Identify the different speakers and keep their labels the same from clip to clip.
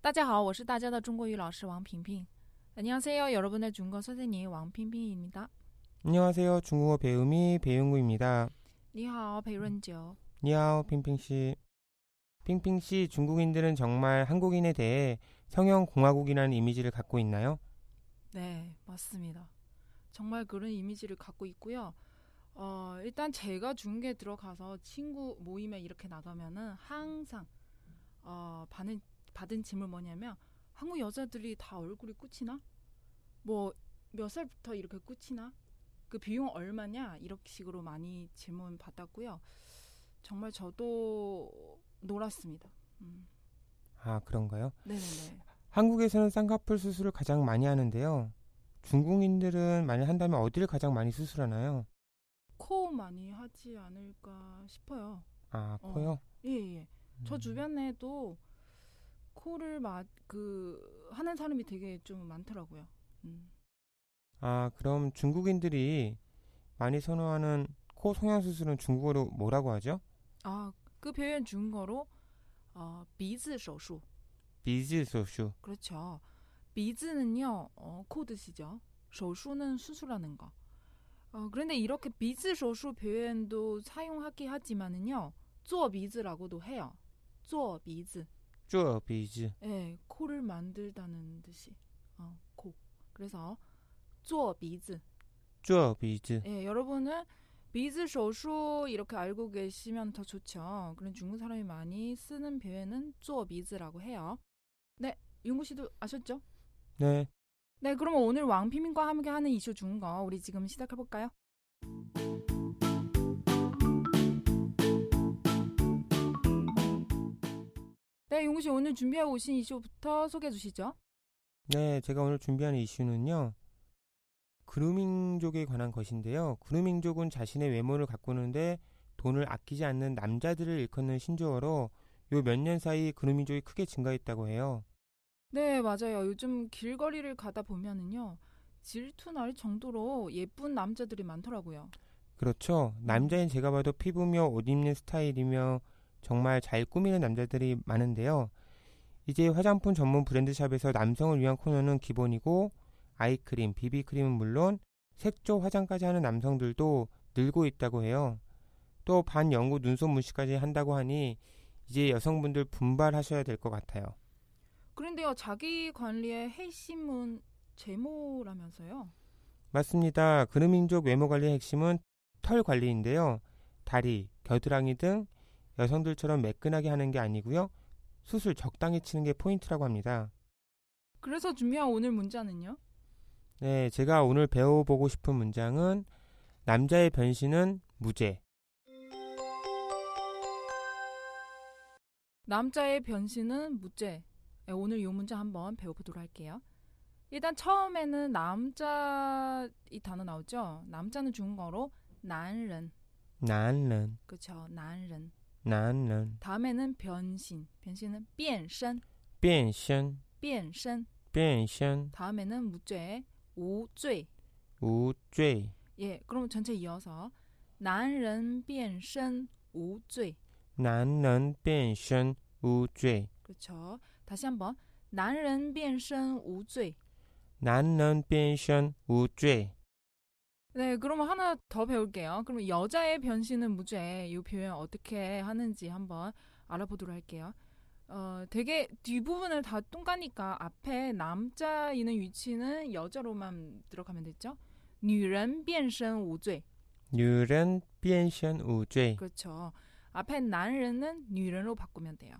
Speaker 1: 따지하 我是大家的中国语老师王平平 안녕하세요 여러분의 중국어 선생님 왕핑핑입니다.
Speaker 2: 안녕하세요. 중국어 배우미 배용구입니다.
Speaker 1: 你好 배润九.
Speaker 2: 니하오 핑핑 씨. 핑핑 씨, 중국인들은 정말 한국인에 대해 성형 공화국이라는 이미지를 갖고 있나요?
Speaker 1: 네, 맞습니다. 정말 그런 이미지를 갖고 있고요. 어, 일단 제가 중계 들어가서 친구 모임에 이렇게 나가면은 항상 어, 받은 받은 짐을 뭐냐면 한국 여자들이 다 얼굴이 꾸치나? 뭐 몇 살부터 이렇게 꾸치나? 그 비용 얼마냐? 이런 식으로 많이 질문 받았고요. 정말 저도 놀았습니다. 음.
Speaker 2: 아, 그런가요?
Speaker 1: 네네네.
Speaker 2: 한국에서는 쌍꺼풀 수술을 가장 많이 하는데요. 중국인들은 만약 한다면 어디를 가장 많이 수술하나요?
Speaker 1: 코 많이 하지 않을까 싶어요.
Speaker 2: 아,
Speaker 1: 어,
Speaker 2: 코요?
Speaker 1: 예, 예. 저
Speaker 2: 음.
Speaker 1: 주변에도 코를 막그 하는 사람이 되게 좀 많더라고요. 음.
Speaker 2: 아, 그럼 중국인들이 많이 선호하는 코 성형 수술은 중국어로 뭐라고 하죠?
Speaker 1: 아, 그 표현 중거로 어, 비즈手术.
Speaker 2: 비즈 소슈.
Speaker 1: 그렇죠. 비즈는요, 어, 코 드시죠. 手术는 수술하는 거. 어, 그런데 이렇게 비즈 手术 표현도 사용하기 하지만은요, 做 비즈라고도 해요. 做 비즈.
Speaker 2: 쪼 비즈.
Speaker 1: 예, 코를 만들다는 듯이. 어, 코. 그래서 做 비즈.
Speaker 2: 쪼 비즈.
Speaker 1: 예, 여러분은 비즈 쇼쇼 이렇게 알고 계시면 더 좋죠. 그런 중국 사람이 많이 쓰는 표현은 쪼 비즈라고 해요. 네, 윤구 씨도 아셨죠?
Speaker 2: 네.
Speaker 1: 네, 그럼 오늘 왕피민과 함께 하는 이슈 중거 우리 지금 시작해 볼까요? 네, 용구 씨 오늘 준비해 오신 이슈부터 소개해 주시죠.
Speaker 2: 네, 제가 오늘 준비한 이슈는요. 그루밍족에 관한 것인데요. 그루밍족은 자신의 외모를 가꾸는데 돈을 아끼지 않는 남자들을 일컫는 신조어로 요 몇 년 사이 그루밍족이 크게 증가했다고 해요.
Speaker 1: 네, 맞아요. 요즘 길거리를 가다 보면은요. 질투 날 정도로 예쁜 남자들이 많더라고요.
Speaker 2: 그렇죠. 남자인 제가 봐도 피부며 옷 입는 스타일이며 정말 잘 꾸미는 남자들이 많은데요. 이제 화장품 전문 브랜드샵에서 남성을 위한 코너는 기본이고 아이크림, 비비크림은 물론 색조 화장까지 하는 남성들도 늘고 있다고 해요. 또 반영구 눈썹 문신까지 한다고 하니 이제 여성분들 분발하셔야 될 것 같아요.
Speaker 1: 그런데요, 자기 관리의 핵심은 제모라면서요?
Speaker 2: 맞습니다. 그루밍족 외모 관리의 핵심은 털 관리인데요. 다리, 겨드랑이 등 여성들처럼 매끈하게 하는 게 아니고요. 수술 적당히 치는 게 포인트라고 합니다.
Speaker 1: 그래서 준비한 오늘 문자는요?
Speaker 2: 네, 제가 오늘 배워보고 싶은 문장은 남자의 변신은 무죄.
Speaker 1: 남자의 변신은 무죄. 네, 오늘 이 문제 한번 배워보도록 할게요. 일단 처음에는 남자 이 단어 나오죠? 남자는 중국어로 난른.
Speaker 2: 난른,
Speaker 1: 그렇죠. 난른.
Speaker 2: 난른,
Speaker 1: 다음에는 변신. 변신은 变身.
Speaker 2: 변신,
Speaker 1: 变身.
Speaker 2: 변신,
Speaker 1: 다음에는 무죄. 우죄.
Speaker 2: 우죄.
Speaker 1: 예, 그럼 전체 이어서 난른 变身 우죄.
Speaker 2: 난른, 변신, 우죄.
Speaker 1: 그렇죠. 다시 한번 난른 변신 우죄.
Speaker 2: 난른, 변신, 우죄.
Speaker 1: 네, 그럼 하나 더 배울게요. 그럼 여자의 변신은 무죄. 이 표현 어떻게 하는지 한번 알아보도록 할게요. 어, 되게 뒷부분을 다 뚱가니까 앞에 남자 있는 위치는 여자로만 들어가면 됐죠. 女人 변신 우죄.
Speaker 2: 유른, 변신, 우죄.
Speaker 1: 그렇죠. 앞에 난른은 女人로 바꾸면 돼요.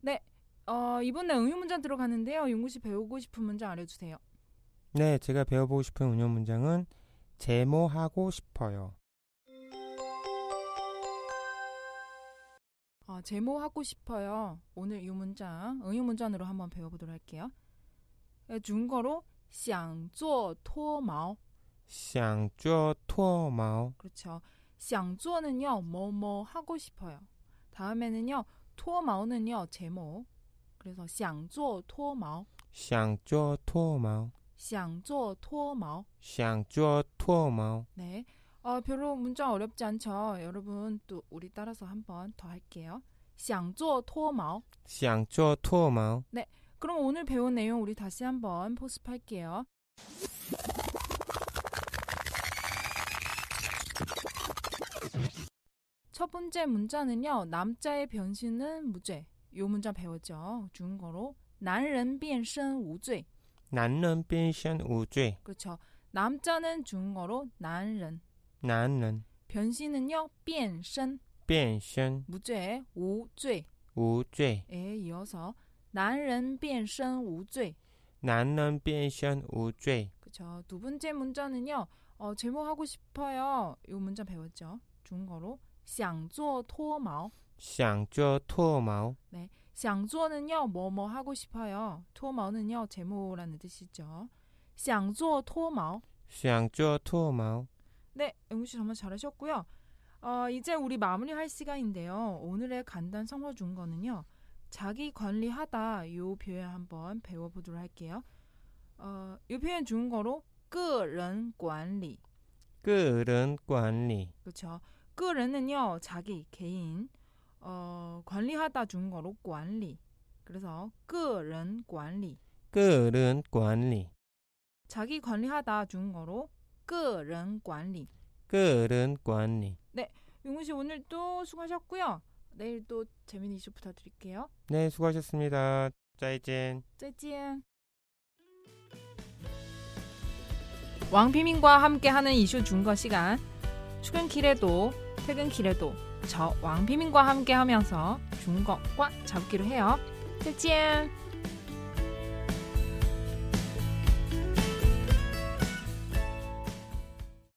Speaker 1: 네. 어, 이번에 응용 문장 들어가는데요. 윤구 씨 배우고 싶은 문장 알려 주세요.
Speaker 2: 네, 제가 배워보고 싶은 운영 문장은 제모하고 싶어요.
Speaker 1: 어, 제모하고 싶어요. 오늘 이 문장 응용 문장으로 한번 배워보도록 할게요. 예, 중국어로 想做脱毛
Speaker 2: 샹쭈어 토마오.
Speaker 1: 그렇죠. 想做는요 뭐뭐 하고 싶어요. 다음에는요 토마오는요 제목. 그래서 想做 토마오,
Speaker 2: 샹쭈어 토마오.
Speaker 1: 想做 토마오.
Speaker 2: 샹쭈어 토마오.
Speaker 1: 네. 어, 별로 문장 어렵지 않죠. 여러분 또 우리 따라서 한번 더 할게요. 想做 토마오.
Speaker 2: 샹쭈어 토마오.
Speaker 1: 그럼 오늘 배운 내용 우리 다시 한번 포습할게요. 첫 번째 문자는요. 남자의 변신은 무죄. 요 문자 배웠죠. 중국어로 男人变身无罪.
Speaker 2: 난는 빈션 우죄.
Speaker 1: 그렇죠. 남자는 중국어로 男人.
Speaker 2: 난는
Speaker 1: 변신은요. 变身
Speaker 2: 빈션
Speaker 1: 무죄, 无罪.
Speaker 2: 우죄.
Speaker 1: 에 이어서 男人变身无罪.
Speaker 2: 난는 빈션 우죄.
Speaker 1: 그쵸. 두 번째 문자는요. 어, 제목하고 싶어요. 요 문자 배웠죠. 중국어로 想做脱毛.
Speaker 2: 샹쭈어 토마오.
Speaker 1: 想做는요. 뭐뭐 하고 싶어요. 脱毛는요. 제모라는 뜻이죠. 想做脱毛.
Speaker 2: 샹쭈어 토마오.
Speaker 1: 네, 영우 씨 정말 잘하셨고요. 어, 이제 우리 마무리할 시간인데요. 오늘의 간단 성어 준거는요. 자기 관리하다 요 표현 한번 배워보도록 할게요. 어, 요 표현 중국어로 个人管理.
Speaker 2: 그른 관리.
Speaker 1: 그렇죠. 个人은요 자기 개인 어, 관리하다 중국어로 관리. 그래서 个人 관리.
Speaker 2: 그른 관리.
Speaker 1: 자기 관리하다 중국어로 个人 관리.
Speaker 2: 그른 관리.
Speaker 1: 용훈 씨 오늘 또 수고하셨고요. 내일 또 재미있는 이슈 부탁드릴게요.
Speaker 2: 네, 수고하셨습니다. 짜이젠.
Speaker 1: 再见. 왕피민과 함께하는 이슈 준거 시간. 출근길에도 퇴근길에도 저 왕피민과 함께하면서 준거꽉 잡기로 해요. 再见.